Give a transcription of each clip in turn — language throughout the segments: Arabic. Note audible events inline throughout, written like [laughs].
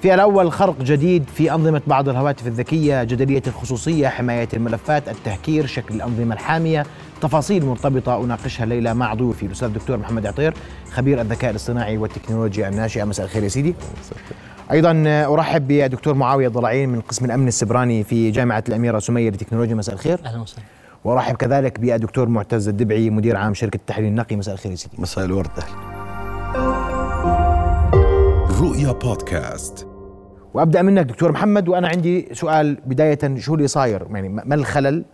في الأول خرق جديد في أنظمة بعض الهواتف الذكية جدلية الخصوصية حماية الملفات التهكير شكل الأنظمة الحامية تفاصيل مرتبطة أناقشها الليلة مع ضيوفي الأستاذ الدكتور محمد عطير خبير الذكاء الاصطناعي والتكنولوجيا الناشئة مساء الخير يا سيدي أيضا أرحب بدكتور معاوية ضلعين من قسم الأمن السبراني في جامعة الأميرة سمية للتكنولوجيا مساء الخير اهلا وسهلا وارحب كذلك بالدكتور معتز الدبعي مدير عام شركه التحليل النقي مساء الخير يا سيدي مساء الورد أهلا. رؤيا بودكاست وابدا منك دكتور محمد وانا عندي سؤال بدايه شو اللي صاير يعني ما الخلل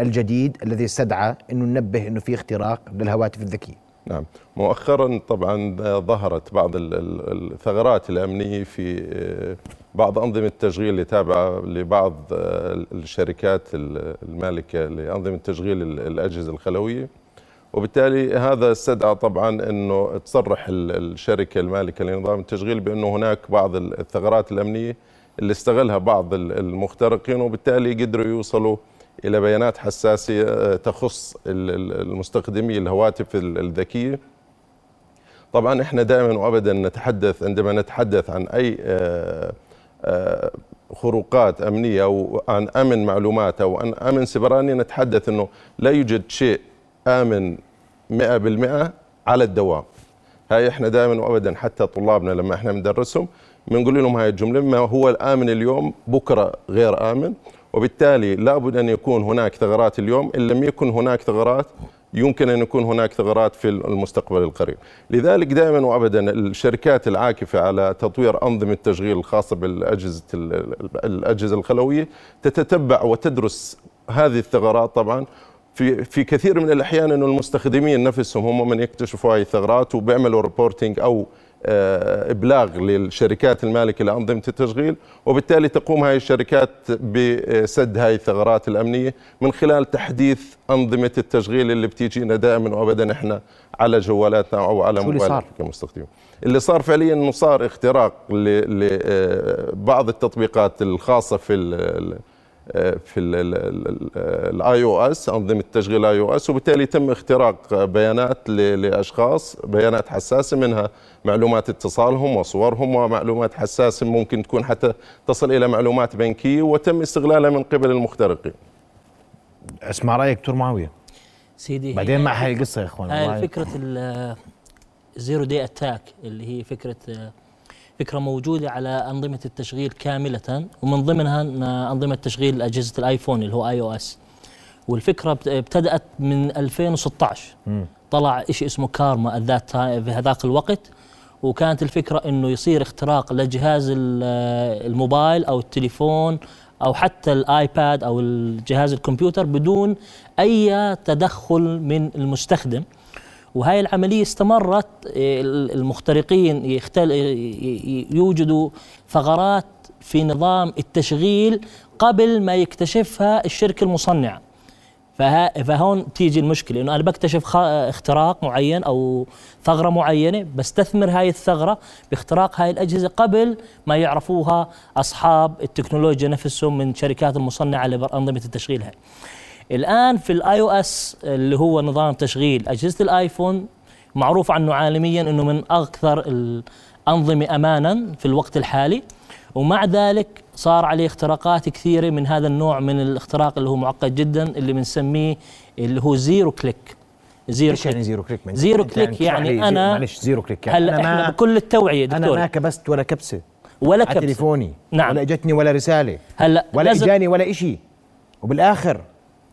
الجديد الذي استدعى انه ننبه انه في اختراق للهواتف الذكيه نعم مؤخرا طبعا ظهرت بعض ال- ال- الثغرات الأمنية في آه، بعض أنظمة التشغيل اللي تابعة لبعض آه، الشركات ال- المالكة لأنظمة تشغيل ال- الأجهزة الخلوية وبالتالي هذا استدعى طبعا انه تصرح ال- الشركه المالكه لنظام التشغيل بانه هناك بعض ال- الثغرات الامنيه اللي استغلها بعض ال- المخترقين وبالتالي قدروا يوصلوا الى بيانات حساسه آه، تخص ال- ال- المستخدمي الهواتف ال- الذكيه طبعا احنا دائما وابدا نتحدث عندما نتحدث عن اي آه، آه، خروقات امنيه او عن امن معلومات او عن امن سيبراني نتحدث انه لا يوجد شيء امن 100% على الدوام هاي احنا دائما وابدا حتى طلابنا لما احنا بندرسهم بنقول لهم هاي الجمله ما هو الامن اليوم بكره غير امن وبالتالي لابد ان يكون هناك ثغرات اليوم ان لم يكن هناك ثغرات يمكن ان يكون هناك ثغرات في المستقبل القريب لذلك دائما وابدا الشركات العاكفه على تطوير انظمه التشغيل الخاصه بالاجهزه ال- الاجهزه الخلويه تتتبع وتدرس هذه الثغرات طبعا في في كثير من الاحيان انه المستخدمين نفسهم هم من يكتشفوا هاي الثغرات وبيعملوا ريبورتنج او آه، ابلاغ للشركات المالكه لانظمه التشغيل وبالتالي تقوم هاي الشركات بسد هاي الثغرات الامنيه من خلال تحديث انظمه التشغيل اللي بتيجينا دائما وابدا احنا على جوالاتنا او على شو اللي موبايلنا صار؟ كمستخدمين اللي صار فعليا انه صار اختراق لبعض التطبيقات الخاصه في ال- ال- آه، في الاي او اس انظمه تشغيل اي او اس وبالتالي تم اختراق آه، بيانات ل- لاشخاص بيانات حساسه منها معلومات اتصالهم وصورهم ومعلومات حساسه ممكن تكون حتى تصل الى معلومات بنكيه وتم استغلالها من قبل المخترقين اسمع رايك دكتور معاويه سيدي هي- بعدين مع هاي القصه يا اخوان هاي والله فكرة آه، الزيرو دي اتاك اللي هي فكرة آه، فكرة موجودة على أنظمة التشغيل كاملة ومن ضمنها إن أنظمة تشغيل أجهزة الآيفون اللي هو آي أو إس والفكرة بت- ابتدأت من 2016 طلع شيء اسمه كارما ذات في هذاك الوقت وكانت الفكرة إنه يصير اختراق لجهاز ال- آه، الموبايل أو التليفون أو حتى الآيباد أو الجهاز الكمبيوتر بدون أي تدخل من المستخدم وهاي العملية استمرت إيه، المخترقين يختل... ي- ي- يوجدوا ثغرات في نظام التشغيل قبل ما يكتشفها الشركة المصنعة فها فهون تيجي المشكله انه انا بكتشف خ- اختراق معين او ثغره معينه بستثمر هاي الثغره باختراق هاي الاجهزه قبل ما يعرفوها اصحاب التكنولوجيا نفسهم من شركات المصنعه لانظمه التشغيل هاي. الان في الاي او اس اللي هو نظام تشغيل اجهزه الايفون معروف عنه عالميا انه من اكثر الانظمه امانا في الوقت الحالي ومع ذلك صار عليه اختراقات كثيره من هذا النوع من الاختراق اللي هو معقد جدا اللي بنسميه اللي هو زيرو كليك زيرو ايش يعني كليك زيرو كليك زيرو أنت كليك تشرح يعني لي زيرو- أنا- معلش زيرو كليك يعني هلا أنا ما- احنا بكل التوعيه انا ما دكتور كبست ولا كبسه ولا على كبسه تليفوني نعم. ولا اجتني ولا رساله هلا ولا لازم- اجاني ولا إشي وبالاخر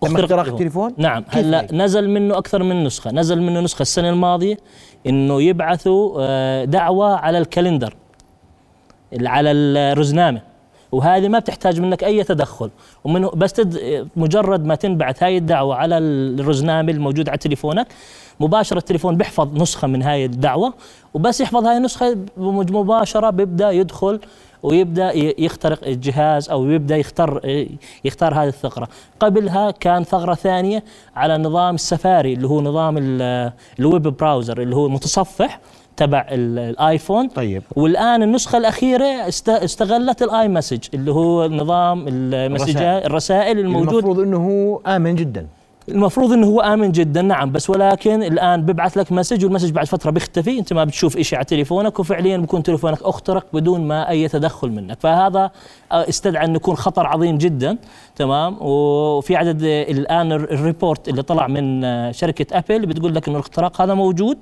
تم اختراق التليفون. التليفون نعم كيف يعني؟ هلا هيك؟ نزل منه اكثر من نسخه نزل منه نسخه السنه الماضيه انه يبعثوا آه، دعوه على الكالندر ال- على الرزنامه وهذه ما بتحتاج منك اي تدخل ومنه بس تد... مجرد ما تنبعث هاي الدعوه على الرزنامه الموجوده على تليفونك مباشره التليفون بيحفظ نسخه من هاي الدعوه وبس يحفظ هاي النسخه بمج- مباشره بيبدا يدخل ويبدا ي- يخترق الجهاز او يبدا يختار يختار هذه الثغره قبلها كان ثغره ثانيه على نظام السفاري اللي هو نظام ال- الويب براوزر اللي هو متصفح تبع ال- الايفون طيب. والان النسخه الاخيره است- استغلت الاي مسج اللي هو نظام المسجات الرسائل الموجود المفروض انه هو امن جدا المفروض انه هو امن جدا نعم بس ولكن الان ببعث لك مسج والمسج بعد فتره بيختفي انت ما بتشوف شيء على تليفونك وفعليا بكون تليفونك اخترق بدون ما اي تدخل منك فهذا آه، استدعى انه يكون خطر عظيم جدا تمام وفي عدد آه، الان الر- الريبورت اللي طلع من آه، شركه ابل بتقول لك انه الاختراق هذا موجود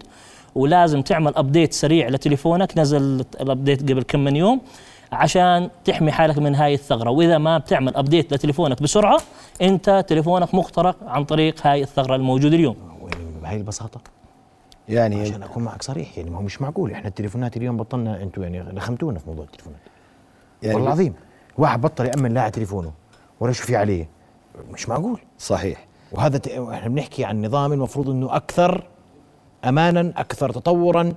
ولازم تعمل ابديت سريع لتليفونك نزل الابديت قبل كم من يوم عشان تحمي حالك من هاي الثغره واذا ما بتعمل ابديت لتليفونك بسرعه انت تليفونك مخترق عن طريق هاي الثغره الموجوده اليوم بهاي البساطه يعني عشان اكون معك صريح يعني ما هو مش معقول احنا التليفونات اليوم بطلنا انتم يعني لخمتونا في موضوع التليفونات يعني والله العظيم واحد بطل يامن لا على تليفونه ولا شو في عليه مش معقول صحيح وهذا ت... احنا بنحكي عن نظام المفروض انه اكثر امانا اكثر تطورا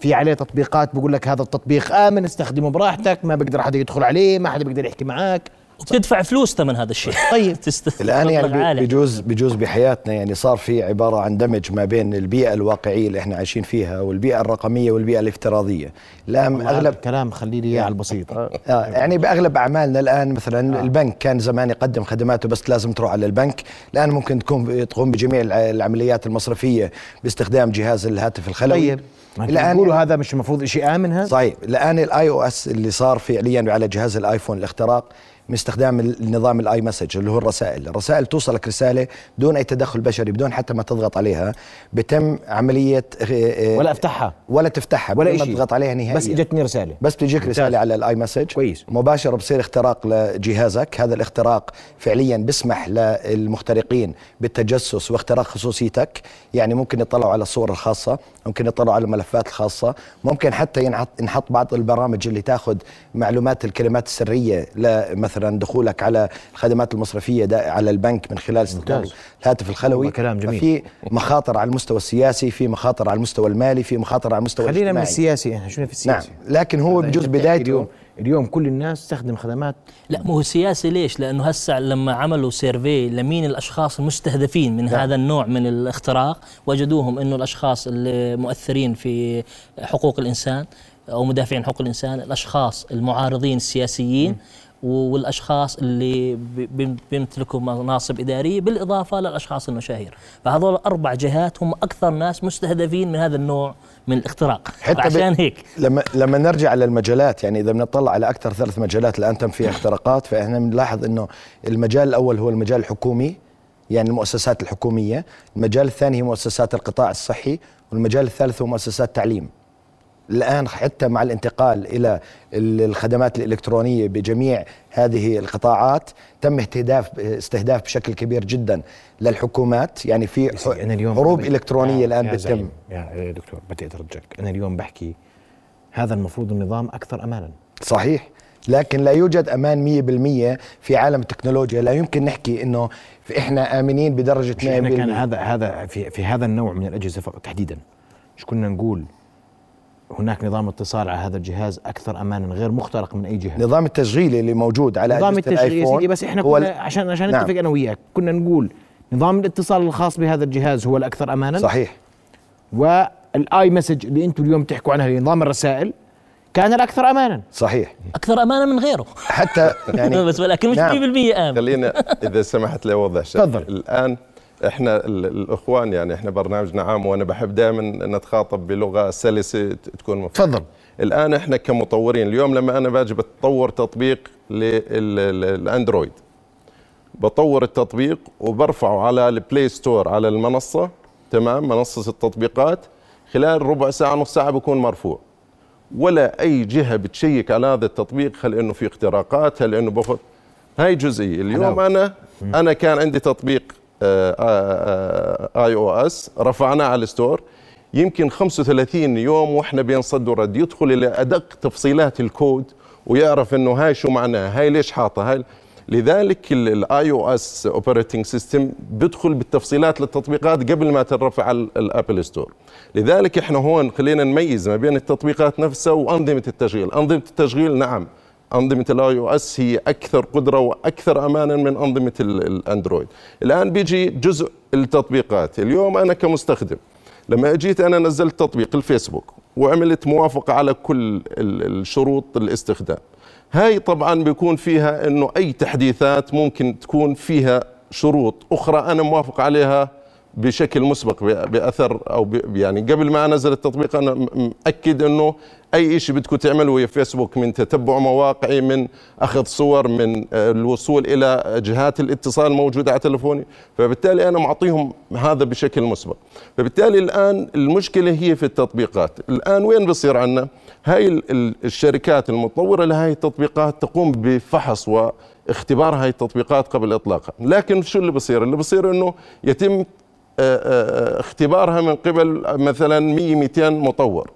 في عليه تطبيقات بقول لك هذا التطبيق امن استخدمه براحتك ما بقدر حدا يدخل عليه ما حدا بيقدر يحكي معك وبتدفع فلوس ثمن هذا الشيء طيب تست- [laughs] الان يعني مبلغ عالي. بي- بيجوز بيجوز بحياتنا يعني صار في عباره عن دمج ما بين البيئه الواقعيه اللي احنا عايشين فيها والبيئه الرقميه والبيئه الافتراضيه الان اغلب اغلب الكلام خلي لي اياه على البسيط آه يعني باغلب اعمالنا الان مثلا آه. البنك كان زمان يقدم خدماته بس لازم تروح على البنك الان ممكن تكون تقوم بجميع الع- العمليات المصرفيه باستخدام جهاز الهاتف الخلوي طيب ما انتم يعني بتقولوا هذا مش المفروض شيء امن هذا صحيح الان الاي او اس اللي صار فعليا على جهاز الايفون الاختراق من استخدام النظام الاي مسج اللي هو الرسائل، الرسائل توصلك رساله بدون اي تدخل بشري بدون حتى ما تضغط عليها، بتم عمليه إيه، إيه، ولا افتحها ولا تفتحها ولا بدون ما شيء. تضغط عليها نهائيا بس اجتني رساله بس بتجيك رساله على الاي مسج كويس. مباشره بصير اختراق لجهازك هذا الاختراق فعليا بيسمح للمخترقين بالتجسس واختراق خصوصيتك يعني ممكن يطلعوا على الصور الخاصه ممكن يطلعوا على الملفات الخاصه ممكن حتى ينحط ينحط بعض البرامج اللي تاخذ معلومات الكلمات السريه لمثلا دخولك على الخدمات المصرفيه دا- على البنك من خلال استخدام ممتاز. الهاتف الخلوي والله كلام جميل. في مخاطر على المستوى السياسي في مخاطر على المستوى المالي في مخاطر على المستوى خلينا من الاجتماعي السياسي احنا شنو في نعم السياسي لكن هو أنت بجوز بتحكي بدايته اليوم اليوم كل الناس تستخدم خدمات لا مو هو سياسي ليش؟ لانه هسه لما عملوا سيرفي لمين الاشخاص المستهدفين من نعم. لا. هذا النوع من الاختراق وجدوهم انه الاشخاص المؤثرين في حقوق الانسان او مدافعين حقوق الانسان، الاشخاص المعارضين السياسيين نعم. و- والاشخاص اللي بي- بيم- بيمتلكوا مناصب اداريه بالاضافه للاشخاص المشاهير، فهذول اربع جهات هم اكثر ناس مستهدفين من هذا النوع من الاختراق، حتى عشان ب- هيك لما لما نرجع للمجالات يعني اذا بنطلع على اكثر ثلاث مجالات الان تم [laughs] فيها اختراقات فاحنا بنلاحظ انه المجال الاول هو المجال الحكومي يعني المؤسسات الحكوميه، المجال الثاني هي مؤسسات القطاع الصحي، والمجال الثالث هو مؤسسات تعليم. الان حتى مع الانتقال الى ال- الخدمات الالكترونيه بجميع هذه القطاعات تم اهتداف استهداف بشكل كبير جدا للحكومات يعني في سيدي، أنا اليوم هروب بحكي- الكترونيه يا- الان يا بتتم زعيم، يا يا دكتور بدي اترجاك انا اليوم بحكي هذا المفروض النظام اكثر امانا نعم، صحيح لكن لا يوجد امان 100% في عالم التكنولوجيا لا يمكن نحكي انه في- احنا امنين بدرجه 100% مش احنا كان هذا هذا في في هذا النوع من الاجهزه فقط تحديدا مش كنا نقول هناك نظام اتصال على هذا الجهاز اكثر امانا غير مخترق من اي جهه نظام التشغيل اللي موجود على نظام أجهزة التشغيل يا الآيفون سيدي بس احنا هو كنا ال- عشان عشان نعم. نتفق انا وياك كنا نقول نظام الاتصال الخاص بهذا الجهاز هو الاكثر امانا صحيح والاي مسج اللي انتم اليوم تحكوا عنها اللي نظام الرسائل كان الاكثر امانا صحيح اكثر امانه من غيره [laughs] حتى [laughs] يعني بس ولكن مش نعم. 100% امن خلينا اذا سمحت لي اوضح شيء تفضل. الان احنا ال- الاخوان يعني احنا برنامجنا عام وانا بحب دائما نتخاطب بلغه سلسه ت- تكون مفهومه تفضل الان احنا كمطورين اليوم لما انا باجي بتطور تطبيق للاندرويد بطور التطبيق وبرفعه على البلاي ستور على المنصه تمام منصه التطبيقات خلال ربع ساعه نص ساعه بكون مرفوع ولا اي جهه بتشيك على هذا التطبيق هل انه في اختراقات هل انه بفض هاي جزئيه اليوم حلاوة. انا انا كان عندي تطبيق آه، اي او اس رفعناه على الستور يمكن 35 يوم واحنا بين صد ورد يدخل الى ادق تفصيلات الكود ويعرف انه هاي شو معناها هاي ليش حاطه هاي لذلك الاي او اس اوبريتنج سيستم بدخل بالتفصيلات للتطبيقات قبل ما تنرفع على ال- الابل ستور لذلك احنا هون خلينا نميز ما بين التطبيقات نفسها وانظمه التشغيل انظمه التشغيل نعم أنظمة الاي او اس هي أكثر قدرة وأكثر أمانا من أنظمة ال- الأندرويد. الآن بيجي جزء التطبيقات، اليوم أنا كمستخدم لما أجيت أنا نزلت تطبيق الفيسبوك وعملت موافقة على كل ال- الشروط الاستخدام. هاي طبعا بيكون فيها انه اي تحديثات ممكن تكون فيها شروط اخرى انا موافق عليها بشكل مسبق ب- باثر او ب- يعني قبل ما انزل التطبيق انا م- مأكد انه اي شيء بدكم تعملوه يا فيسبوك من تتبع مواقعي من اخذ صور من آه، الوصول الى جهات الاتصال الموجوده على تلفوني فبالتالي انا معطيهم هذا بشكل مسبق فبالتالي الان المشكله هي في التطبيقات الان وين بصير عندنا هاي ال- ال- الشركات المطوره لهاي التطبيقات تقوم بفحص واختبار هاي التطبيقات قبل اطلاقها لكن شو اللي بصير اللي بصير انه يتم آه، آه، اختبارها من قبل مثلا 100 200 مطور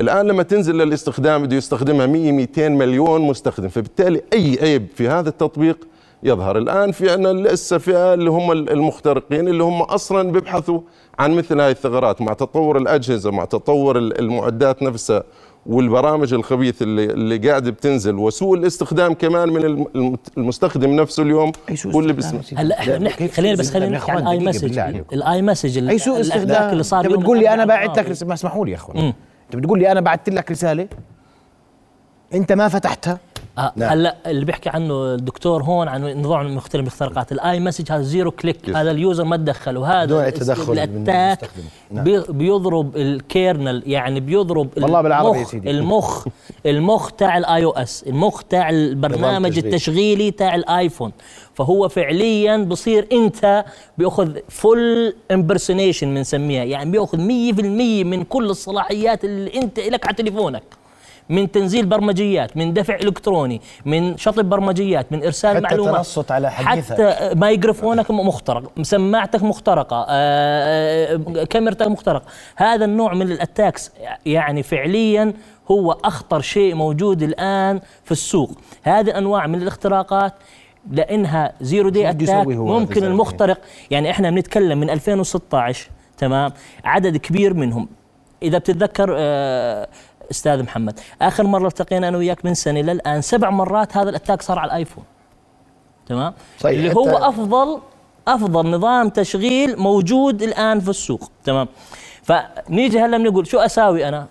الان لما تنزل للاستخدام بده يستخدمها 100 200 مليون مستخدم فبالتالي اي عيب في هذا التطبيق يظهر الان في عنا لسه فئه اللي هم المخترقين اللي هم اصلا بيبحثوا عن مثل هاي الثغرات مع تطور الاجهزه مع تطور ال- المعدات نفسها والبرامج الخبيثه اللي, اللي قاعده بتنزل وسوء الاستخدام كمان من الم- المستخدم نفسه اليوم اي سوء هو اللي استخدام بسمع يا سيدي؟ هلا احنا لا، بنحكي كيف خلينا نعم. بس استخدام؟ خلينا يا نحكي أخوان، عن اي دقيقة مسج بالله عليكم. الاي مسج اي سوء استخدام اللي صار انت يوم بتقول لي انا الأربعاء باعت لك الماضي. رس- ما اسمحوا لي يا اخوان مم. انت بتقول لي انا بعت لك رساله انت ما فتحتها آه، نعم. هلا اللي بيحكي عنه الدكتور هون عن نظام مختلف المخترقات الاي مسج هذا زيرو كليك هذا اليوزر ما تدخل بدون وهذا أي تدخل من الاتاك المستخدم. بي- بيضرب الكيرنل يعني بيضرب نعم. والله بالعربي يا المخ سيدي. المخ المخ تاع الاي او اس المخ تاع البرنامج التشغيل. التشغيلي تاع الايفون فهو فعليا بصير انت بياخذ فول امبرسونيشن بنسميها يعني بياخذ 100% من كل الصلاحيات اللي انت لك على تليفونك من تنزيل برمجيات من دفع الكتروني من شطب برمجيات من ارسال حتى معلومات تنصت على حديثك. حتى مايكروفونك مخترق سماعتك مخترقه آه، آه، كاميرتك مخترقه هذا النوع من الاتاكس يعني فعليا هو اخطر شيء موجود الان في السوق هذه الانواع من الاختراقات لانها زيرو دي بده اتاك يسوي هو هذا ممكن الزلمة؟ المخترق يعني احنا بنتكلم من 2016 تمام عدد كبير منهم اذا بتتذكر آه، استاذ محمد اخر مره التقينا انا وياك من سنه للان سبع مرات هذا الاتاك صار على الايفون تمام صحيح، اللي حتى- هو افضل افضل نظام تشغيل موجود الان في السوق تمام فنيجي هلا بنقول شو اساوي انا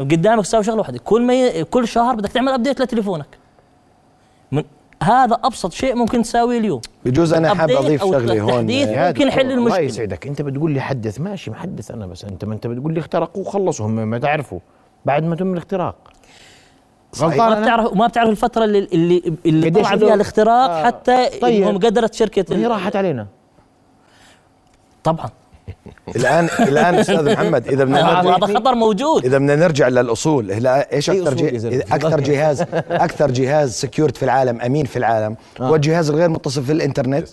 قدامك تساوي شغله واحده كل ما ي... كل شهر بدك تعمل ابديت لتليفونك من هذا ابسط شيء ممكن تساويه اليوم بجوز انا حاب update اضيف أو شغله هون تحديث. يعني يا ممكن دكتور، يحل الله المشكلة. يسعدك انت بتقول لي حدث ماشي محدث انا بس انت ما انت بتقول لي اخترقوا وخلصوا هم ما تعرفوا بعد ما تم الاختراق غلطان ما أنا؟ بتعرف ما بتعرف الفتره اللي اللي, اللي قديش طلع بدو- فيها الاختراق آه، حتى طيب. انهم قدرت شركه هي ال- راحت علينا طبعا الان الان استاذ محمد [laughs] اذا بدنا طيب. نرجع- هذا هذا خطر موجود اذا بدنا نرجع للاصول هلا ايش أي اكثر أصول يا جي... زلمة؟ [laughs] اكثر جهاز اكثر جهاز سكيورت في العالم امين في العالم آه. هو الجهاز الغير متصل في الانترنت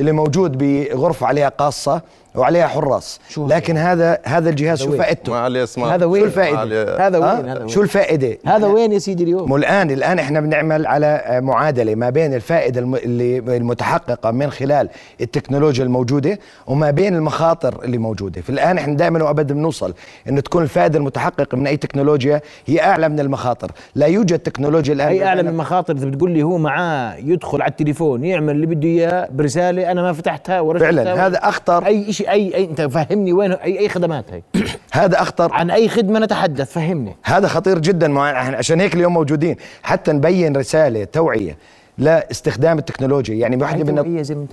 اللي موجود بغرفه عليها قاصه وعليها حراس شو هذا؟ لكن هذا هذا الجهاز شو فائدته ما عليه اسمع هذا وين؟ ما الفائدة؟ عليه- هذا ها؟ وين هذا شو وين الفائده هذا وين يا سيدي اليوم مو الان الان احنا بنعمل على آه، معادله ما بين الفائده الم- اللي المتحققه من خلال التكنولوجيا الموجوده وما بين المخاطر اللي موجوده فالان احنا دائما وابدا بنوصل انه تكون الفائده المتحققه من اي تكنولوجيا هي اعلى من المخاطر لا يوجد تكنولوجيا الان اي اعلى من مخاطر اذا بتقول لي هو معاه يدخل على التليفون يعمل اللي بده اياه برساله انا ما فتحتها ولا شفتها فعلا هذا اخطر اي شيء أي, اي انت فهمني وين اي اي خدمات هي هذا اخطر عن اي خدمه نتحدث فهمني هذا خطير جدا مع إحنا عشان هيك اليوم موجودين حتى نبين رساله توعيه لا استخدام التكنولوجيا يعني هاي واحده من توعية زي ما انت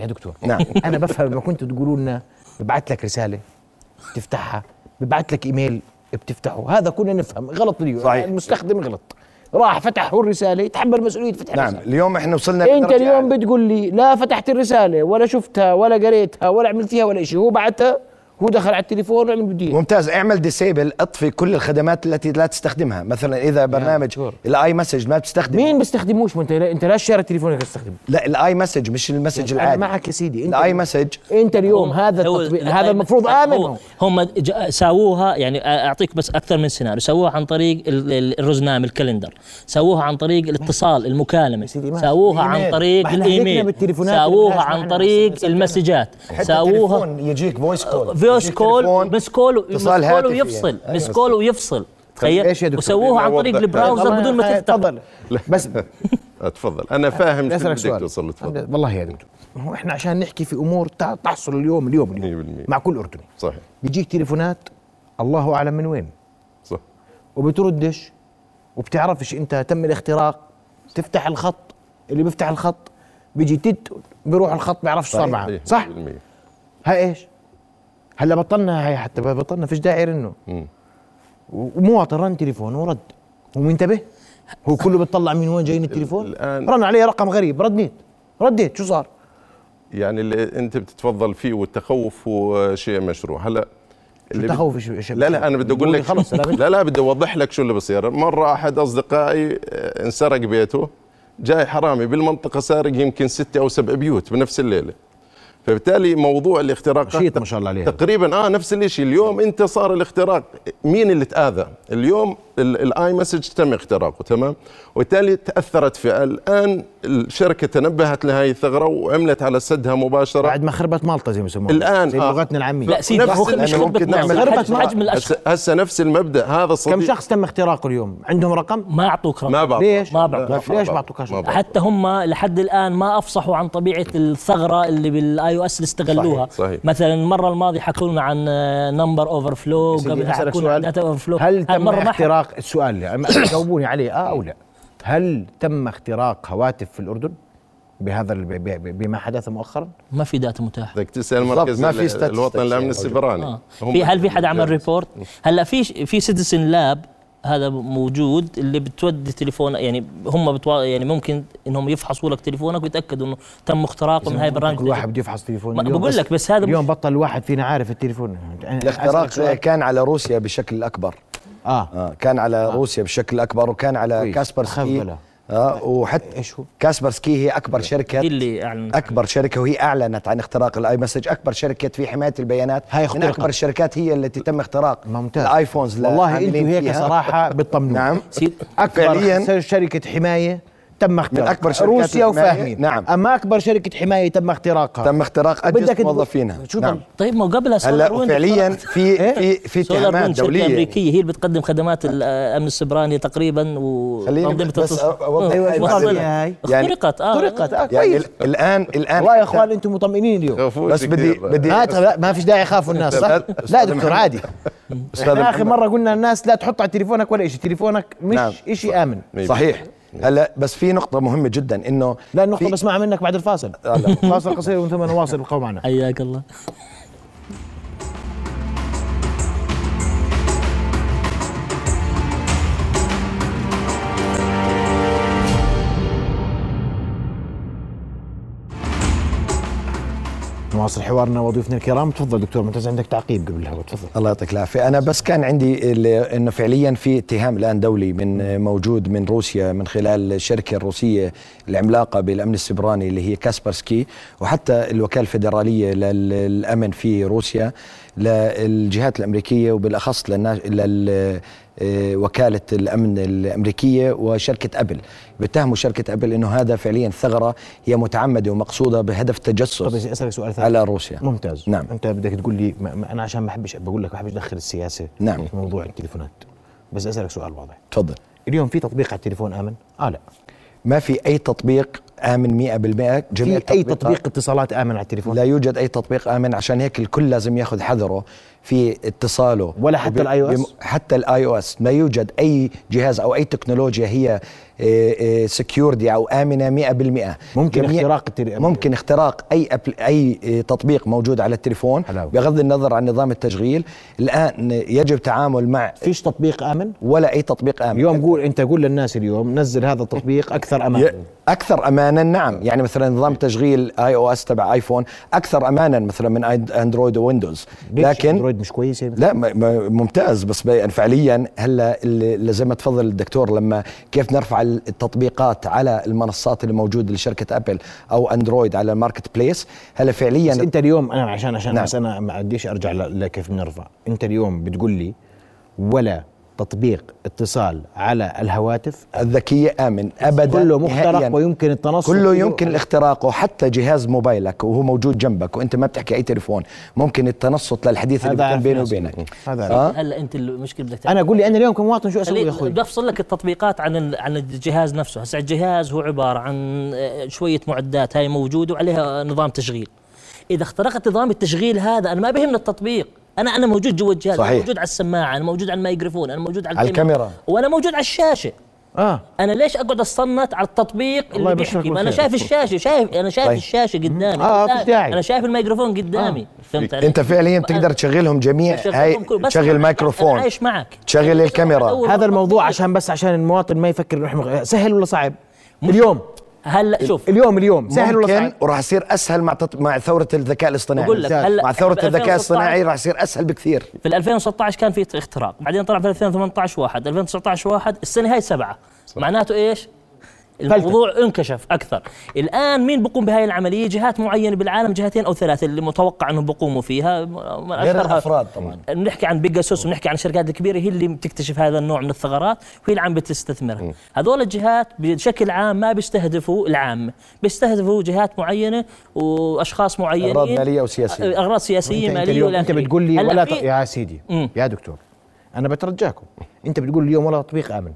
يا دكتور [laughs] نعم. انا بفهم لما كنتوا تقولوا لنا ببعث لك رساله تفتحها ببعث لك ايميل بتفتحه هذا كنا نفهم غلط اليوم يعني صحيح. المستخدم غلط راح فتح هو الرساله يتحمل مسؤوليه فتح نعم الرسالة. اليوم احنا وصلنا انت لدرجة اليوم عالية. بتقول لي لا فتحت الرساله ولا شفتها ولا قريتها ولا عملت فيها ولا شيء هو بعتها هو دخل على التليفون وعمل بديه ممتاز اعمل ديسيبل اطفي كل الخدمات التي لا تستخدمها مثلا اذا برنامج دكتور. الاي مسج ما بتستخدم مين بيستخدموش ما انت لا- انت لا شاري تليفونك تستخدمه لا الاي مسج مش المسج انا العادي معك يا سيدي انت الاي مسج انت اليوم هم- هذا هو- التطبيق لا، هذا أي- المفروض هو- امن هو. هم جا- ساووها يعني اعطيك بس اكثر من سيناريو سووها عن طريق ال- ال- الرزنامه الكالندر سووها عن طريق الاتصال المكالمه سيدي ماشي. سووها عن الإيميل. طريق ما إحنا هلكنا الايميل بالتليفونات اللي سووها ملهاش عن معنى. طريق بس- المسجات سووها التليفون يجيك فويس كول فيوس كول مس كول مس اتصال كول يعني. هاتفي. ويفصل أيوة. مس كول ويفصل طيب إيش يا تخيل دكتور؟ وسووها عن طريق أوضح. البراوزر بدون ما تفتح آه، [laughs] تفضل بس اتفضل انا فاهم بدي شو اسالك اللي بدك سؤال توصل له، تفضل والله يا دكتور ما هو احنا عشان نحكي في امور تع- تحصل اليوم اليوم اليوم 100%. مع كل اردني صحيح بيجيك تليفونات الله اعلم من وين صح وبتردش وبتعرفش انت تم الاختراق تفتح الخط اللي بيفتح الخط بيجي تت بيروح الخط بيعرفش صار صحيح. إيه، معه صح 100%. هاي ايش هلا بطلنا هاي حتى بطلنا فيش داعي رنه مم. ومواطن رن تليفونه ورد هو منتبه هو كله بتطلع من وين جايين التليفون الآن- رن عليه رقم غريب رديت رديت شو صار يعني اللي انت بتتفضل فيه والتخوف هو شيء مشروع هلا شو اللي بت- تخوف شو شو- لا لا انا بدي اقول بقول لك خلص سلامت. لا لا بدي اوضح لك شو اللي بصير مره احد اصدقائي آه، انسرق بيته جاي حرامي بالمنطقه سارق يمكن ستة او سبع بيوت بنفس الليله فبالتالي موضوع الاختراق شيط تق- ما شاء الله عليه. تقريبا اه نفس الشيء اليوم انت صار الاختراق مين اللي تاذى اليوم الاي مسج تم اختراقه تمام وبالتالي تاثرت فئه الان الشركه تنبهت لهذه الثغره وعملت على سدها مباشره بعد ما خربت مالطا زي ما يسموها الآن، زي آه. لغتنا العاميه لا سيدي نفس هو اللي مش ممكن خربت نعمل نعمل خربت حجم, معه. حجم الاشخاص هسه هسه نفس المبدا هذا كم الصديق شخص تم اختراقه اليوم عندهم رقم ما اعطوك رقم ما بعرف ليش؟ ما بعرف. لا، ليش ما بعرف. أعطوكاش؟ بعرف. حتى هم لحد الان ما افصحوا عن طبيعه الثغره اللي بالاي او اس اللي استغلوها صحيح، صحيح. مثلا المره الماضيه حكوا لنا عن نمبر اوفر فلو سيدي، وقبلها أسألك حكوا لنا عن سؤال. داتا اوفر فلو هل تم ما حكوا. اختراق السؤال يعني جاوبوني عليه اه او لا هل تم اختراق هواتف في الاردن بهذا ال- ب- ب- بما حدث مؤخرا ما في داتا متاحه بدك تسال بالضبط، مركز ما في ال- statistics الوطن الامن يعني السيبراني آه. هم في هل في حد عمل الجهاز. ريبورت هلا في ش- في سيتيزن لاب هذا موجود اللي بتودي تليفون يعني هم بتوا يعني ممكن انهم يفحصوا لك تليفونك ويتاكدوا انه تم اختراقه من هاي برامج كل واحد بده يفحص تليفونه ما اليوم بقول لك بس هذا اليوم مش- بطل الواحد فينا عارف التليفون أنا أسألك الاختراق سؤال. كان على روسيا بشكل اكبر اه آه كان على آه. روسيا بشكل اكبر وكان على كويس. أخاف كاسبرسكي بلا. آه وحتى إيش هو؟ كاسبرسكي هي اكبر شركه هي اللي اعلنت أه. اكبر شركه وهي اعلنت عن اختراق الاي مسج اكبر شركه في حمايه البيانات هاي من اخترقت. اكبر الشركات هي التي تم اختراق ممتاز الايفونز اللي والله عاملين انتم هيك فيها. صراحه بتطمنوا نعم سيد- اكبر فعلياً. خس- شركه حمايه تم اختراق أكبر شركات روسيا الحماية، وفاهمين نعم. اما اكبر شركه حمايه تم اختراقها [laughs] تم اختراق اجهزه بدك تب- موظفينها شو نعم. ضل؟ طيب ما قبلها هلا Solar Wind فعليا اخترقت. إيه؟ في في في يعني سولار اتهامات ويند شركة دوليه أمريكية هي اللي بتقدم خدمات آه، الأمن السيبراني تقريبا خليني وتنظيمة بس أوضح أيوة، النقطة تفضل. دي. هاي. يعني اخترقت اه اخترقت آه، يعني كويس ال- الان الان والله يا حتى- اخوان انتم مطمئنين اليوم خافوش بس بدي- كتير. بدي- ما تخ- لا ما فيش داعي يخافوا الناس صح؟ أستاذ- لا أستاذ دكتور محمد. عادي أستاذ احنا اخر محمد. مره قلنا الناس لا تحط على تليفونك ولا شيء تليفونك نعم. مش شيء امن صحيح هلا بس في نقطة مهمة جدا انه لا النقطه في- آه، بسمعها منك بعد الفاصل فاصل قصير ومن ثم نواصل القوة معنا حياك الله نواصل حوارنا وضيوفنا الكرام تفضل دكتور ممتاز عندك تعقيب قبل الهواء تفضل الله يعطيك العافية أنا بس كان عندي ال- إنه فعليا في اتهام الآن دولي من موجود من روسيا من خلال الشركة الروسية العملاقة بالأمن السبراني اللي هي كاسبرسكي وحتى الوكالة الفيدرالية للأمن في روسيا للجهات الأمريكية وبالأخص للنا- لل آه، وكالة الأمن الأمريكية وشركة أبل بيتهموا شركة أبل أنه هذا فعليا ثغرة هي متعمدة ومقصودة بهدف طب تجسس اسالك سؤال ثاني على روسيا ممتاز نعم. انت بدك تقول لي ما ما انا عشان ما احبش بقول لك ما احبش ادخل السياسه نعم. في موضوع التليفونات بس اسالك سؤال واضح تفضل اليوم في تطبيق على التليفون امن؟ اه لا ما في اي تطبيق امن 100% في جميع اي التطبيقات- تطبيق اتصالات امن على التليفون؟ لا يوجد اي تطبيق امن عشان هيك الكل لازم ياخذ حذره في اتصاله ولا حتى وب- ال iOS؟ بم- حتى الاي او اس لا يوجد اي جهاز او اي تكنولوجيا هي آه، سكيوردي او امنه 100% ممكن جميع- اختراق التل- ممكن اختراق اي أبل اي إيه، تطبيق موجود على التليفون حلاوة. بغض النظر عن نظام التشغيل الان يجب تعامل مع فيش تطبيق امن؟ ولا اي تطبيق امن اليوم قول انت قول للناس اليوم نزل هذا التطبيق اكثر امان ي- اكثر امانا نعم يعني مثلا نظام تشغيل اي او اس تبع ايفون اكثر امانا مثلا من آيد- اندرويد وويندوز ليش؟ لكن اندرويد مش كويسه لا م- م- ممتاز بس ب- يعني فعليا هلا اللي اللي زي ما تفضل الدكتور لما كيف نرفع ال- التطبيقات على المنصات اللي موجوده لشركه ابل او اندرويد على الماركت بليس هلا فعليا بس انت اليوم انا عشان عشان نعم. بس انا ما بديش ارجع ل- لكيف بنرفع انت اليوم بتقول لي ولا تطبيق اتصال على الهواتف الذكيه امن ابدا كله مخترق نهائياً. ويمكن التنصت كله فيه. يمكن اختراقه حتى جهاز موبايلك وهو موجود جنبك وانت ما بتحكي اي تليفون ممكن التنصت للحديث اللي هذا بيكون عارف بيني ناس. وبينك هذا آه؟ هلا انت المشكله بدك تعمل انا اقول لي انا اليوم كمواطن شو اسوي يا اخوي بدي افصل لك التطبيقات عن ال- عن الجهاز نفسه، هسه الجهاز هو عباره عن آه، شويه معدات هاي موجوده وعليها نظام تشغيل. اذا اخترقت نظام التشغيل هذا انا ما بهمني التطبيق، انا انا موجود جوا الجهاز، صحيح. انا موجود على السماعه، انا موجود على الميكروفون، انا موجود على على الكاميرا. وانا موجود على الشاشه. اه انا ليش اقعد اتصنت على التطبيق الله اللي يبشرك بيحكي ما انا بالخير. شايف الشاشه شايف انا شايف طيب. الشاشه قدامي آه، أنا- فيش داعي. انا شايف الميكروفون قدامي فهمت علي؟ انت فعليا أنا- بتقدر تشغلهم جميع أشغلهم هاي كل- بس أنا- تشغل أنا مايكروفون عايش معك تشغل الكاميرا أدور هذا على الموضوع التطبيق. عشان بس عشان المواطن ما يفكر انه احنا مغ- سهل ولا صعب اليوم هلا شوف اليوم اليوم سهل ولا ممكن صعب وراح يصير اسهل مع تط... مع ثوره الذكاء الاصطناعي بقول لك ممتاز. هلا مع ثوره في الذكاء 2016 الاصطناعي راح يصير اسهل بكثير في 2016 كان في اختراق بعدين طلع في 2018 واحد 2019 واحد السنه هاي سبعه معناته ايش الموضوع انكشف اكثر الان مين بقوم بهاي العمليه جهات معينه بالعالم جهتين او ثلاثه اللي متوقع انهم بقوموا فيها من أشهرها- الأفراد طبعاً. بنحكي عن بيجاسوس وبنحكي عن الشركات الكبيره هي اللي بتكتشف هذا النوع من الثغرات وهي اللي عم بتستثمرها هذول الجهات بشكل عام ما بيستهدفوا العام بيستهدفوا جهات معينه واشخاص معينين أغراض مالية وسياسية. اغراض سياسيه انت, انت, ماليه اليوم ولا انت بتقول لي ولا ت... يا يا سيدي يا دكتور انا بترجاكم انت بتقول لي اليوم ولا تطبيق امن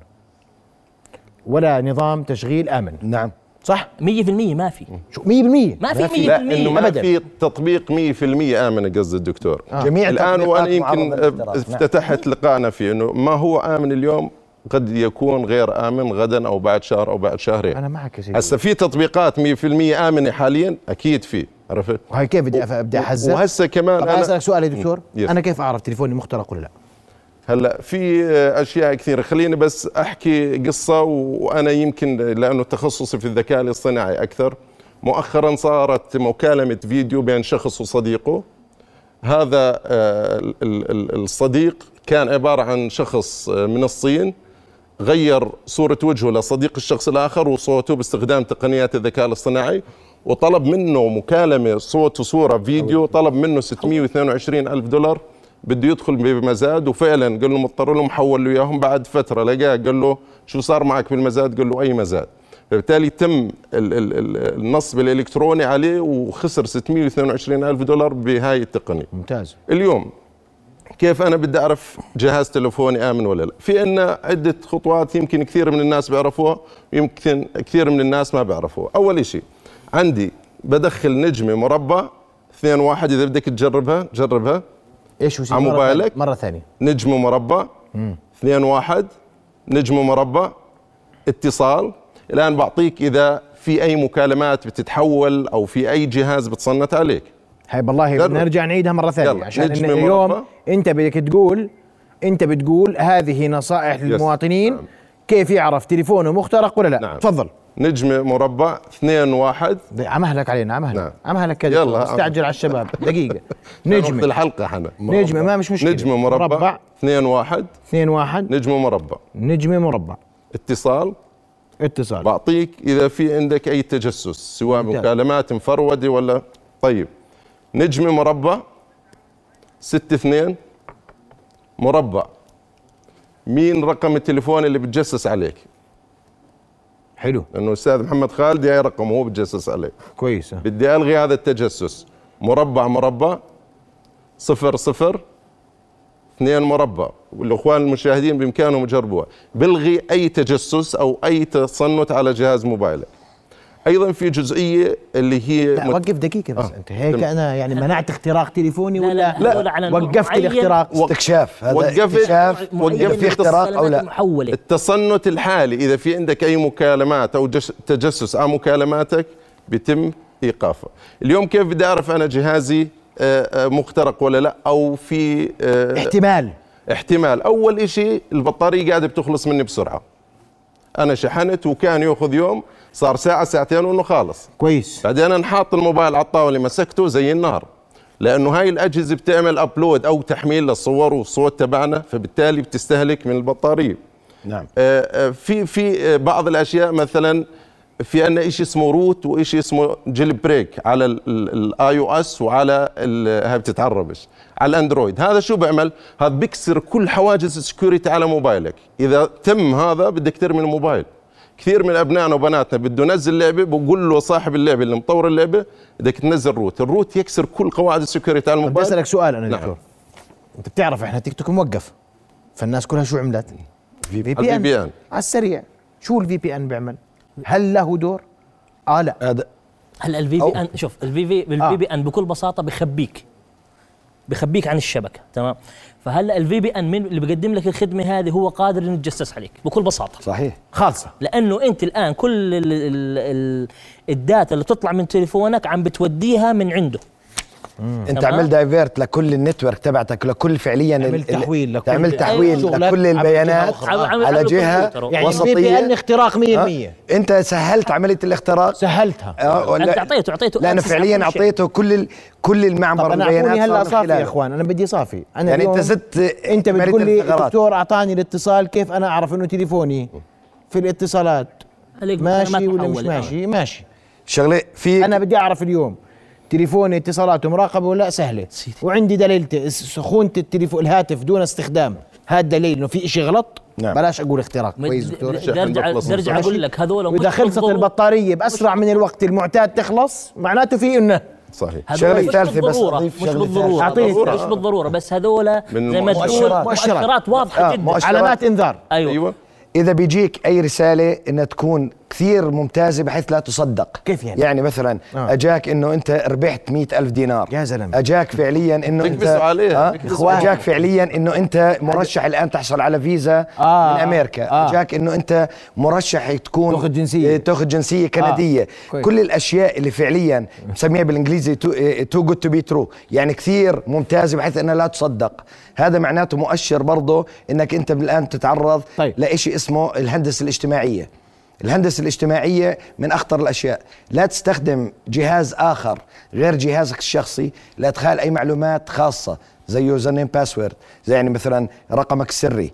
ولا نظام تشغيل امن نعم صح 100% ما في شو 100% ما ما في 100% لا انه ما أبداً. في تطبيق 100% امن قصد الدكتور جميع الان التطبيقات وانا يمكن معرضة للاختراق. نعم. افتتحت لقاءنا في انه ما هو امن اليوم قد يكون غير امن غدا او بعد شهر او بعد شهرين انا معك يا سيدي هسه في تطبيقات 100% امنه حاليا اكيد في عرفت وهي كيف بدي أف- بدي احزر وهسه كمان طب أنا- اسالك سؤال يا دكتور يس. انا كيف اعرف تليفوني مخترق ولا لا هلا في اشياء كثيره خليني بس احكي قصه وانا يمكن لانه تخصصي في الذكاء الاصطناعي اكثر مؤخرا صارت مكالمه فيديو بين شخص وصديقه هذا آه، ال- ال- ال- الصديق كان عباره عن شخص آه، من الصين غير صورة وجهه لصديق الشخص الآخر وصوته باستخدام تقنيات الذكاء الاصطناعي وطلب منه مكالمة صوت وصورة فيديو طلب منه 622 ألف دولار بده يدخل بمزاد وفعلا قال له مضطر لهم حول له اياهم بعد فتره لقاه قال له شو صار معك بالمزاد؟ قال له اي مزاد فبالتالي تم ال- ال- ال- النصب الالكتروني عليه وخسر 622 الف دولار بهاي التقنيه ممتاز اليوم كيف انا بدي اعرف جهاز تلفوني امن ولا لا في عندنا عده خطوات يمكن كثير من الناس بيعرفوها يمكن كثير من الناس ما بيعرفوها اول شيء عندي بدخل نجمه مربع اثنين واحد اذا بدك تجربها جربها ايش هو سيدي؟ على مرة ثانية- موبايلك؟ مره ثانيه نجمه مربع اثنين واحد نجمه مربع اتصال الان بعطيك اذا في اي مكالمات بتتحول او في اي جهاز بتصنت عليك هاي والله جرب. بدنا نرجع نعيدها مره يلا، ثانيه عشان إن نجمة اليوم مربع. انت بدك تقول انت بتقول هذه نصائح للمواطنين نعم. كيف يعرف تليفونه مخترق ولا لا نعم. تفضل نجمه مربع اثنين واحد عمهلك علينا عمهلك نعم. عمهلك كذا يلا، استعجل على [laughs] الشباب دقيقه وقت نجمه الحلقه حنا نجمه ما مش مشكله نجمة مربع, مربع اثنين واحد اثنين واحد نجمة مربع نجمه مربع اتصال اتصال بعطيك إذا في عندك أي تجسس سواء ممتاز. مكالمات مفرودة ولا طيب نجمة مربع ستة اثنين مربع مين رقم التليفون اللي بتجسس عليك؟ حلو لأنه الأستاذ محمد خالد هاي رقمه هو بتجسس عليك كويس آه. بدي ألغي هذا التجسس مربع مربع صفر صفر اثنين مربع والإخوان المشاهدين بإمكانهم يجربوها بلغي أي تجسس أو أي تصنت على جهاز موبايلك أيضا في جزئية اللي هي لا مت- وقف دقيقه بس آه، انت هيك تمام. انا يعني منعت اختراق تليفوني لا، ولا لا، لا، ولا على نوع وقفت معين. الاختراق وقف. استكشاف هذا وقفت- استكشاف وقفت معين في اختراق أو لا؟ محولة التصنت الحالي إذا في عندك أي مكالمات أو جس- تجسس على مكالماتك بيتم إيقافه اليوم كيف بدي أعرف أنا جهازي آه، آه، مخترق ولا لا أو في آه، احتمال احتمال اول إشي البطاريه قاعده بتخلص مني بسرعه انا شحنت وكان ياخذ يوم صار ساعه ساعتين وانه خالص كويس بعدين انا حاط الموبايل على الطاوله مسكته زي النار لانه هاي الاجهزه بتعمل ابلود او تحميل للصور والصوت تبعنا فبالتالي بتستهلك من البطاريه نعم آه، آه، في في آه، بعض الاشياء مثلا في عندنا شيء اسمه روت وشيء اسمه جيل بريك على الاي او اس وعلى ال- هاي بتتعربش على الاندرويد هذا شو بيعمل هذا بيكسر كل حواجز السكيورتي على موبايلك اذا تم هذا بدك ترمي الموبايل كثير من ابنائنا وبناتنا بده ينزل لعبه بقول له صاحب اللعبه اللي مطور اللعبه بدك تنزل روت الروت يكسر كل قواعد السكيورتي على بدي الموبايل اسالك سؤال انا نعم. دكتور انت بتعرف احنا تيك توك موقف فالناس كلها شو عملت؟ في بي على VPN. على السريع شو الفي بي ان بيعمل؟ هل له دور؟ اه لا هذا هلا الفي بي ان شوف الفي في آه. الفي بي ان بكل بساطه بخبيك بخبيك عن الشبكه تمام فهلا الفي بي ان من اللي بيقدم لك الخدمه هذه هو قادر انه يتجسس عليك بكل بساطه صحيح خالصه لانه انت الان كل ال ال ال الداتا اللي بتطلع من تليفونك عم بتوديها من عنده انت تمام. عملت دايفيرت لكل النتورك تبعتك لكل فعليا ال- عملت ال- تحويل لكل- عملت أيوة. تحويل شغلات لكل عملت البيانات جهة أخرى. عم- عم- على عملوا جهه كمبيوتر. يعني وسطيه البي بي ان اختراق 100% ها؟ انت سهلت عمليه الاختراق سهلتها اه، ولا- انت اعطيته اعطيته لا انا access على كل فعليا شيء. اعطيته كل ال- كل طب المعمر انا البيانات اعطوني هلا صار من صافي يا خلاله. اخوان انا بدي صافي انا يعني اليوم انت زدت انت مريت بتقول لي الثغرات. الدكتور اعطاني الاتصال كيف انا اعرف انه تليفوني في الاتصالات عليك ماشي بيانات ولا مش محولة. ماشي ماشي شغله في انا بدي اعرف اليوم تليفوني اتصالاته مراقبه ولا لا؟ سهله سيدي. وعندي دليل سخونه التليفون الهاتف دون استخدام هذا دليل انه في شيء غلط نعم. بلاش اقول اختراق ما- كويس د- دكتور د- برجع بنخلص من برجع السؤال. اقول لك هذول مش واذا خلصت بالضرورة- البطاريه باسرع من الوقت المعتاد تخلص معناته في انه صحيح هذول شغلة مش ثالثة بس بالضرورة، أضيف مش شغلة بالضرورة ثالثة. أعطيني أعطيني مش بالضرورة بس هذول من زي ما تقول مؤشرات. مؤشرات واضحة آه، جدا مؤشرات. علامات انذار ايوه ايوه اذا بيجيك اي رساله انها تكون كثير ممتازه بحيث لا تصدق كيف يعني؟ يعني مثلا آه. آه. اجاك انه انت ربحت مئة ألف دينار يا زلمة. اجاك فعليا انه انت بيكبسوا عليها، آه بيكبسوا اجاك فعليا انه انت مرشح الان تحصل على فيزا آه، من امريكا آه. اجاك انه انت مرشح تكون تاخذ جنسية. آه، تاخذ جنسيه كنديه كويس. كل الاشياء اللي فعليا بسميها بالانجليزي تو جود تو بي ترو يعني كثير ممتازه بحيث انها لا تصدق هذا معناته مؤشر برضه انك انت الان تتعرض طيب. لشيء اسمه الهندسه الاجتماعيه الهندسة الاجتماعية من أخطر الأشياء لا تستخدم جهاز آخر غير جهازك الشخصي لإدخال أي معلومات خاصة زي يوزر نيم باسورد زي يعني مثلا رقمك السري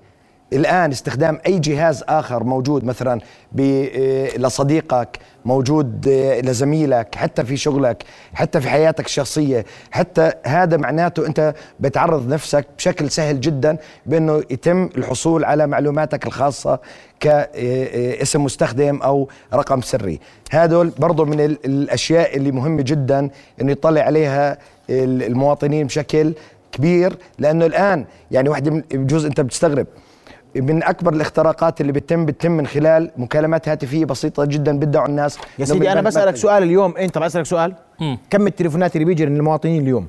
الآن استخدام أي جهاز آخر موجود مثلا ب- إيه، لصديقك موجود إيه، لزميلك حتى في شغلك حتى في حياتك الشخصية حتى هذا معناته أنت بتعرض نفسك بشكل سهل جدا بأنه يتم الحصول على معلوماتك الخاصة كاسم مستخدم أو رقم سري هذول برضو من ال- الأشياء اللي مهمة جدا أنه يطلع عليها ال- المواطنين بشكل كبير لأنه الآن يعني واحدة من بجوز أنت بتستغرب من اكبر الاختراقات اللي بتتم بتتم من خلال مكالمات هاتفيه بسيطه جدا بدعوا الناس يا سيدي انا بسالك سؤال اليوم انت بسالك سؤال كم التليفونات اللي بيجي للمواطنين اليوم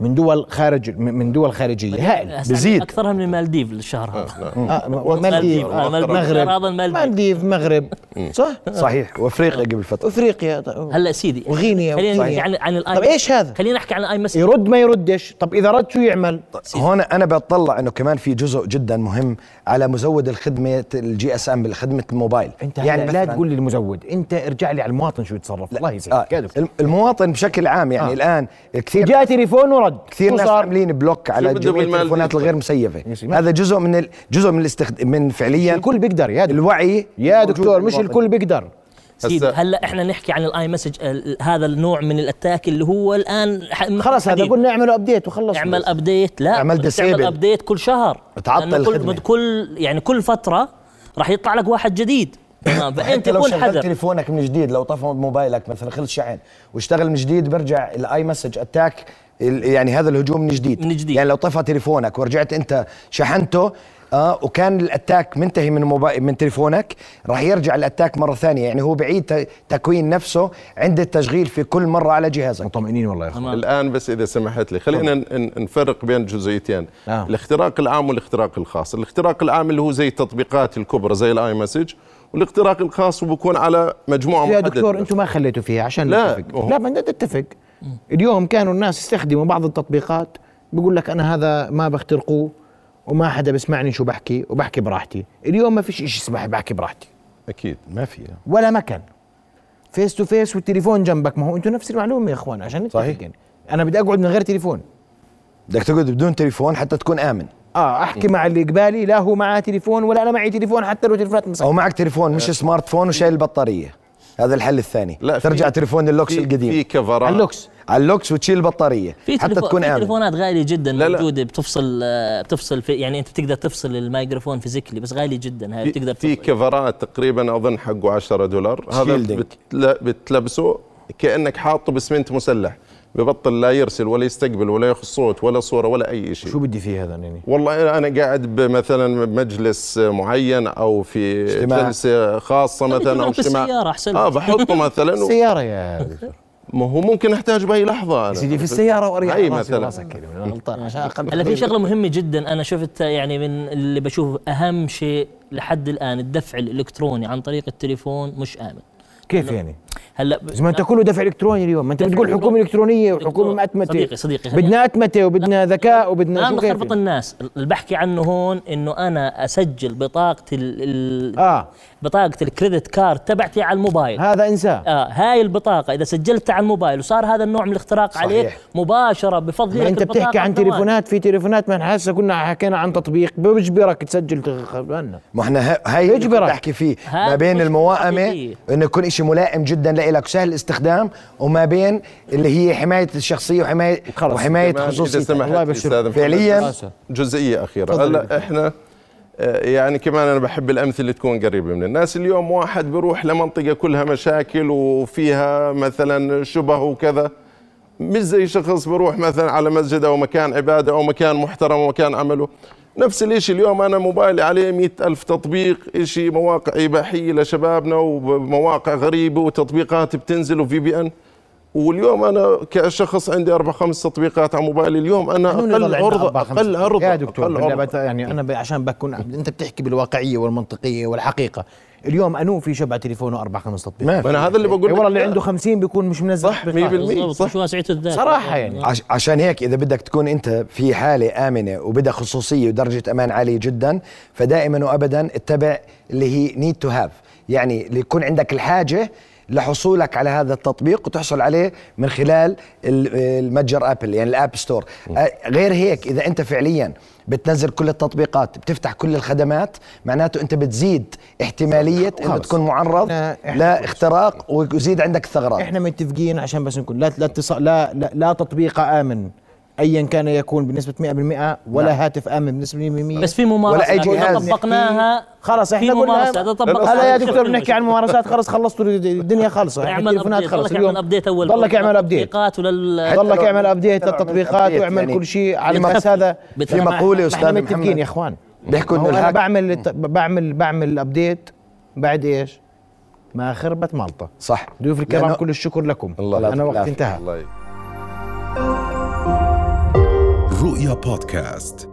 من دول خارج من من دول خارجيه هائل هسا بزيد. اكثرها من المالديف الشهر هذا آه، م- مالديف آه، مالديف. هذا مغرب المالديف. مالديف مغرب صح صحيح وافريقيا قبل فتره افريقيا طيب. هلا سيدي وغينيا خلينا وصحيح. نحكي عن عن الاي طب إيش هذا؟ خلينا نحكي عن الاي مسج يرد ما يردش طب اذا رد شو يعمل طيب، هون انا بطلع انه كمان في جزء جدا مهم على مزود الخدمه الجي اس ام خدمه الموبايل انت يعني لا مثلاً- تقول لي المزود انت ارجع لي على المواطن شو يتصرف الله آه يسعدك يا دكتور. الم- المواطن بشكل عام يعني آه. آه. الان كثير جاء تليفون ورد كثير شو ناس عاملين بلوك على بده جميع بالمال التليفونات دي؟ الغير مسيفه يا سيدي. هذا جزء من ال... جزء من الاستخد... من فعليا الكل بيقدر يا دكتور الوعي يا الموجود دكتور مش بالمواطن. الكل بيقدر سيدي هسا- هلا احنا نحكي عن الاي مسج هذا النوع من الاتاك اللي هو الان ح- خلص هذا حديث. قلنا اعملوا ابديت وخلص اعمل ابديت لا اعمل تعمل disable. ابديت كل شهر تعطل لأنه كل الخدمة. كل يعني كل فتره راح يطلع لك واحد جديد تمام فانت حتى لو كن شغلت حذر تليفونك من جديد لو طفى موبايلك مثلا خلص شحن واشتغل من جديد برجع الاي مسج اتاك ال- يعني هذا الهجوم من جديد من جديد. يعني لو طفى تليفونك ورجعت انت شحنته اه وكان الاتاك منتهي من موبايل من تليفونك راح يرجع الاتاك مره ثانيه يعني هو بعيد ت- تكوين نفسه عند التشغيل في كل مره على جهازك مطمئنين والله يا اخوان تمام. الان بس اذا سمحت لي خلينا ن- ن- نفرق بين جزئيتين آه. آه. نعم. الاختراق العام والاختراق الخاص الاختراق العام اللي هو زي التطبيقات الكبرى زي الاي مسج والاختراق الخاص هو بيكون على مجموعه يا محدده دكتور انتم ما خليتوا فيها عشان لا، نتفق هو- لا ما نتفق اليوم كانوا الناس يستخدموا بعض التطبيقات بيقول لك انا هذا ما بخترقوه وما حدا بسمعني شو بحكي وبحكي براحتي اليوم ما فيش شيء اسمه بحكي براحتي اكيد ما في ولا مكان فيس تو فيس والتليفون جنبك ما هو انتم نفس المعلومه يا اخوان عشان نتفق صحيح. يعني انا بدي اقعد من غير تليفون بدك تقعد بدون تليفون حتى تكون امن اه احكي مع اللي قبالي لا هو معاه تليفون ولا انا معي تليفون حتى لو تليفونات مسكره او معك تليفون آه. مش سمارت فون وشايل البطاريه هذا الحل الثاني لا في- ترجع تليفون اللوكس في- القديم في كفرات اللوكس على اللوكس وتشيل البطاريه في حتى تليفو- تكون في امن تليفونات غاليه جدا لا، لا. موجوده بتفصل آه، بتفصل في يعني انت بتقدر تفصل الميكروفون فيزيكلي بس غالي جدا هاي في- بتقدر في تفصل كفرات تقريبا اظن حقه 10 دولار هذا Shielding. بتلا بتلبسه كانك حاطه بسمنت مسلح ببطل لا يرسل ولا يستقبل ولا ياخذ صوت ولا صوره ولا اي شيء شو بدي فيه هذا يعني والله انا قاعد مثلا بمجلس معين او في اجتماع. جلسه خاصه طب مثلا اجتماع او بالسيارة أحسن [laughs] لك. اه آه، بحطه مثلا و... سياره يا دكتور. ما هو ممكن احتاج باي لحظه انا سيدي في السياره هي واريح راسي مثلاً. وراسك يعني، كلمه أنا غلطان عشان اقل هلا في شغله مهمه جدا انا شفت يعني من اللي بشوف اهم شيء لحد الان الدفع الالكتروني عن طريق التليفون مش امن كيف يعني؟ هلا بس ما انت كله دفع الكتروني اليوم ما انت دفع بتقول حكومه إلكتروني. الكترونيه دكتور، وحكومه مأتمته صديقي- صديقي، خلينا- بدنا أتمتة وبدنا ذكاء وبدنا الان شو كيف بخربط يعني؟ الناس اللي بحكي عنه هون انه انا اسجل بطاقه ال ال آه. يعني؟ اه بطاقه الكريدت كارد تبعتي على الموبايل هذا انساه آه هاي البطاقه اذا سجلتها على الموبايل وصار هذا النوع من الاختراق صحيح. عليك مباشره بفضل ما يعني لك انت البطاقة بتحكي عن بالنوال. تليفونات في تليفونات ما حاسه كنا حكينا عن تطبيق بيجبرك تسجل تخبرنا ما احنا ه- هاي اللي كنت يجبرك. بحكي فيه هاي ما بين مشكلة المواءمه حقيقية. انه يكون شيء ملائم جدا لإلك وسهل الاستخدام وما بين اللي هي حمايه الشخصيه وحمايه خلص. وحمايه كمان إذا خصوصيتك سمحت الله يبشرك. أستاذ محمد، فعلياً. بس جزئية أخيرة تفضل هلا دكتور. إحنا آه، يعني كمان أنا بحب الأمثلة تكون قريبة من الناس اليوم واحد بيروح لمنطقة كلها مشاكل وفيها مثلا شبه وكذا مش زي شخص بروح مثلا على مسجد أو مكان عبادة أو مكان محترم ومكان عمله نفس الإشي اليوم أنا موبايلي عليه مئة ألف تطبيق إشي مواقع إباحية لشبابنا ومواقع غريبة وتطبيقات بتنزل وفي بي أن واليوم انا كشخص عندي اربع خمس تطبيقات على موبايلي اليوم انا قانون اقل يضل عندنا عرضه أربعة خمسة. اقل عرضه يا دكتور أقل بالله عرضة. بت- يعني انا ب- عشان بكون انت بتحكي بالواقعيه والمنطقيه والحقيقه اليوم انو في شبع تليفونه اربع خمس تطبيقات ما في. انا هذا اللي بقول إيه لك والله اللي لا. عنده 50 بيكون مش منزل صح، تطبيقات. 100%. بالضبط، صح. شو وسعته الذات صراحة يعني. عش عشان هيك اذا بدك تكون انت في حاله امنه وبدها خصوصيه ودرجه امان عاليه جدا فدائما وابدا اتبع اللي هي نيد تو هاف يعني اللي يكون عندك الحاجه لحصولك على هذا التطبيق وتحصل عليه من خلال ال- المتجر ابل يعني الاب ستور آه، غير هيك اذا انت فعليا بتنزل كل التطبيقات بتفتح كل الخدمات معناته انت بتزيد احتماليه انه خلص. تكون معرض إحنا- إحنا- لاختراق ويزيد عندك ثغرات احنا متفقين عشان بس نكون لا لا اتص- لا لا, لا تطبيق امن ايا كان يكون بنسبه 100% ولا نعم. هاتف امن بنسبه 100% بس في ممارسه ولا أي لكن إذا جهاز. طبقناها خلاص احنا في قلنا ممارسه اذا طبقناها هلا يا بنشوف دكتور شو بنحكي عن المشكلة. الممارسات خلص خلصوا الدنيا خلصوا احنا اعمل التليفونات ابديت خلص ضلك اعمل اليوم ابديت اول ضلك اعمل ابديت للتطبيقات ولل ضلك لو- اعمل ابديت حتى لو للتطبيقات أبديت واعمل يعني. كل شيء على في اساس هذا في ما- مقولة ما- أستاذ احنا متفقين محمد. يا اخوان بيحكوا ما انه هو انا الهاك- بعمل الت- بعمل بعمل الابديت بعد ايش؟ ما خربت مالطه صح ضيوف الكرام لأنه- كل الشكر لكم الله انا يعطيك وقت العافية. انتهى الله يك- رؤيا بودكاست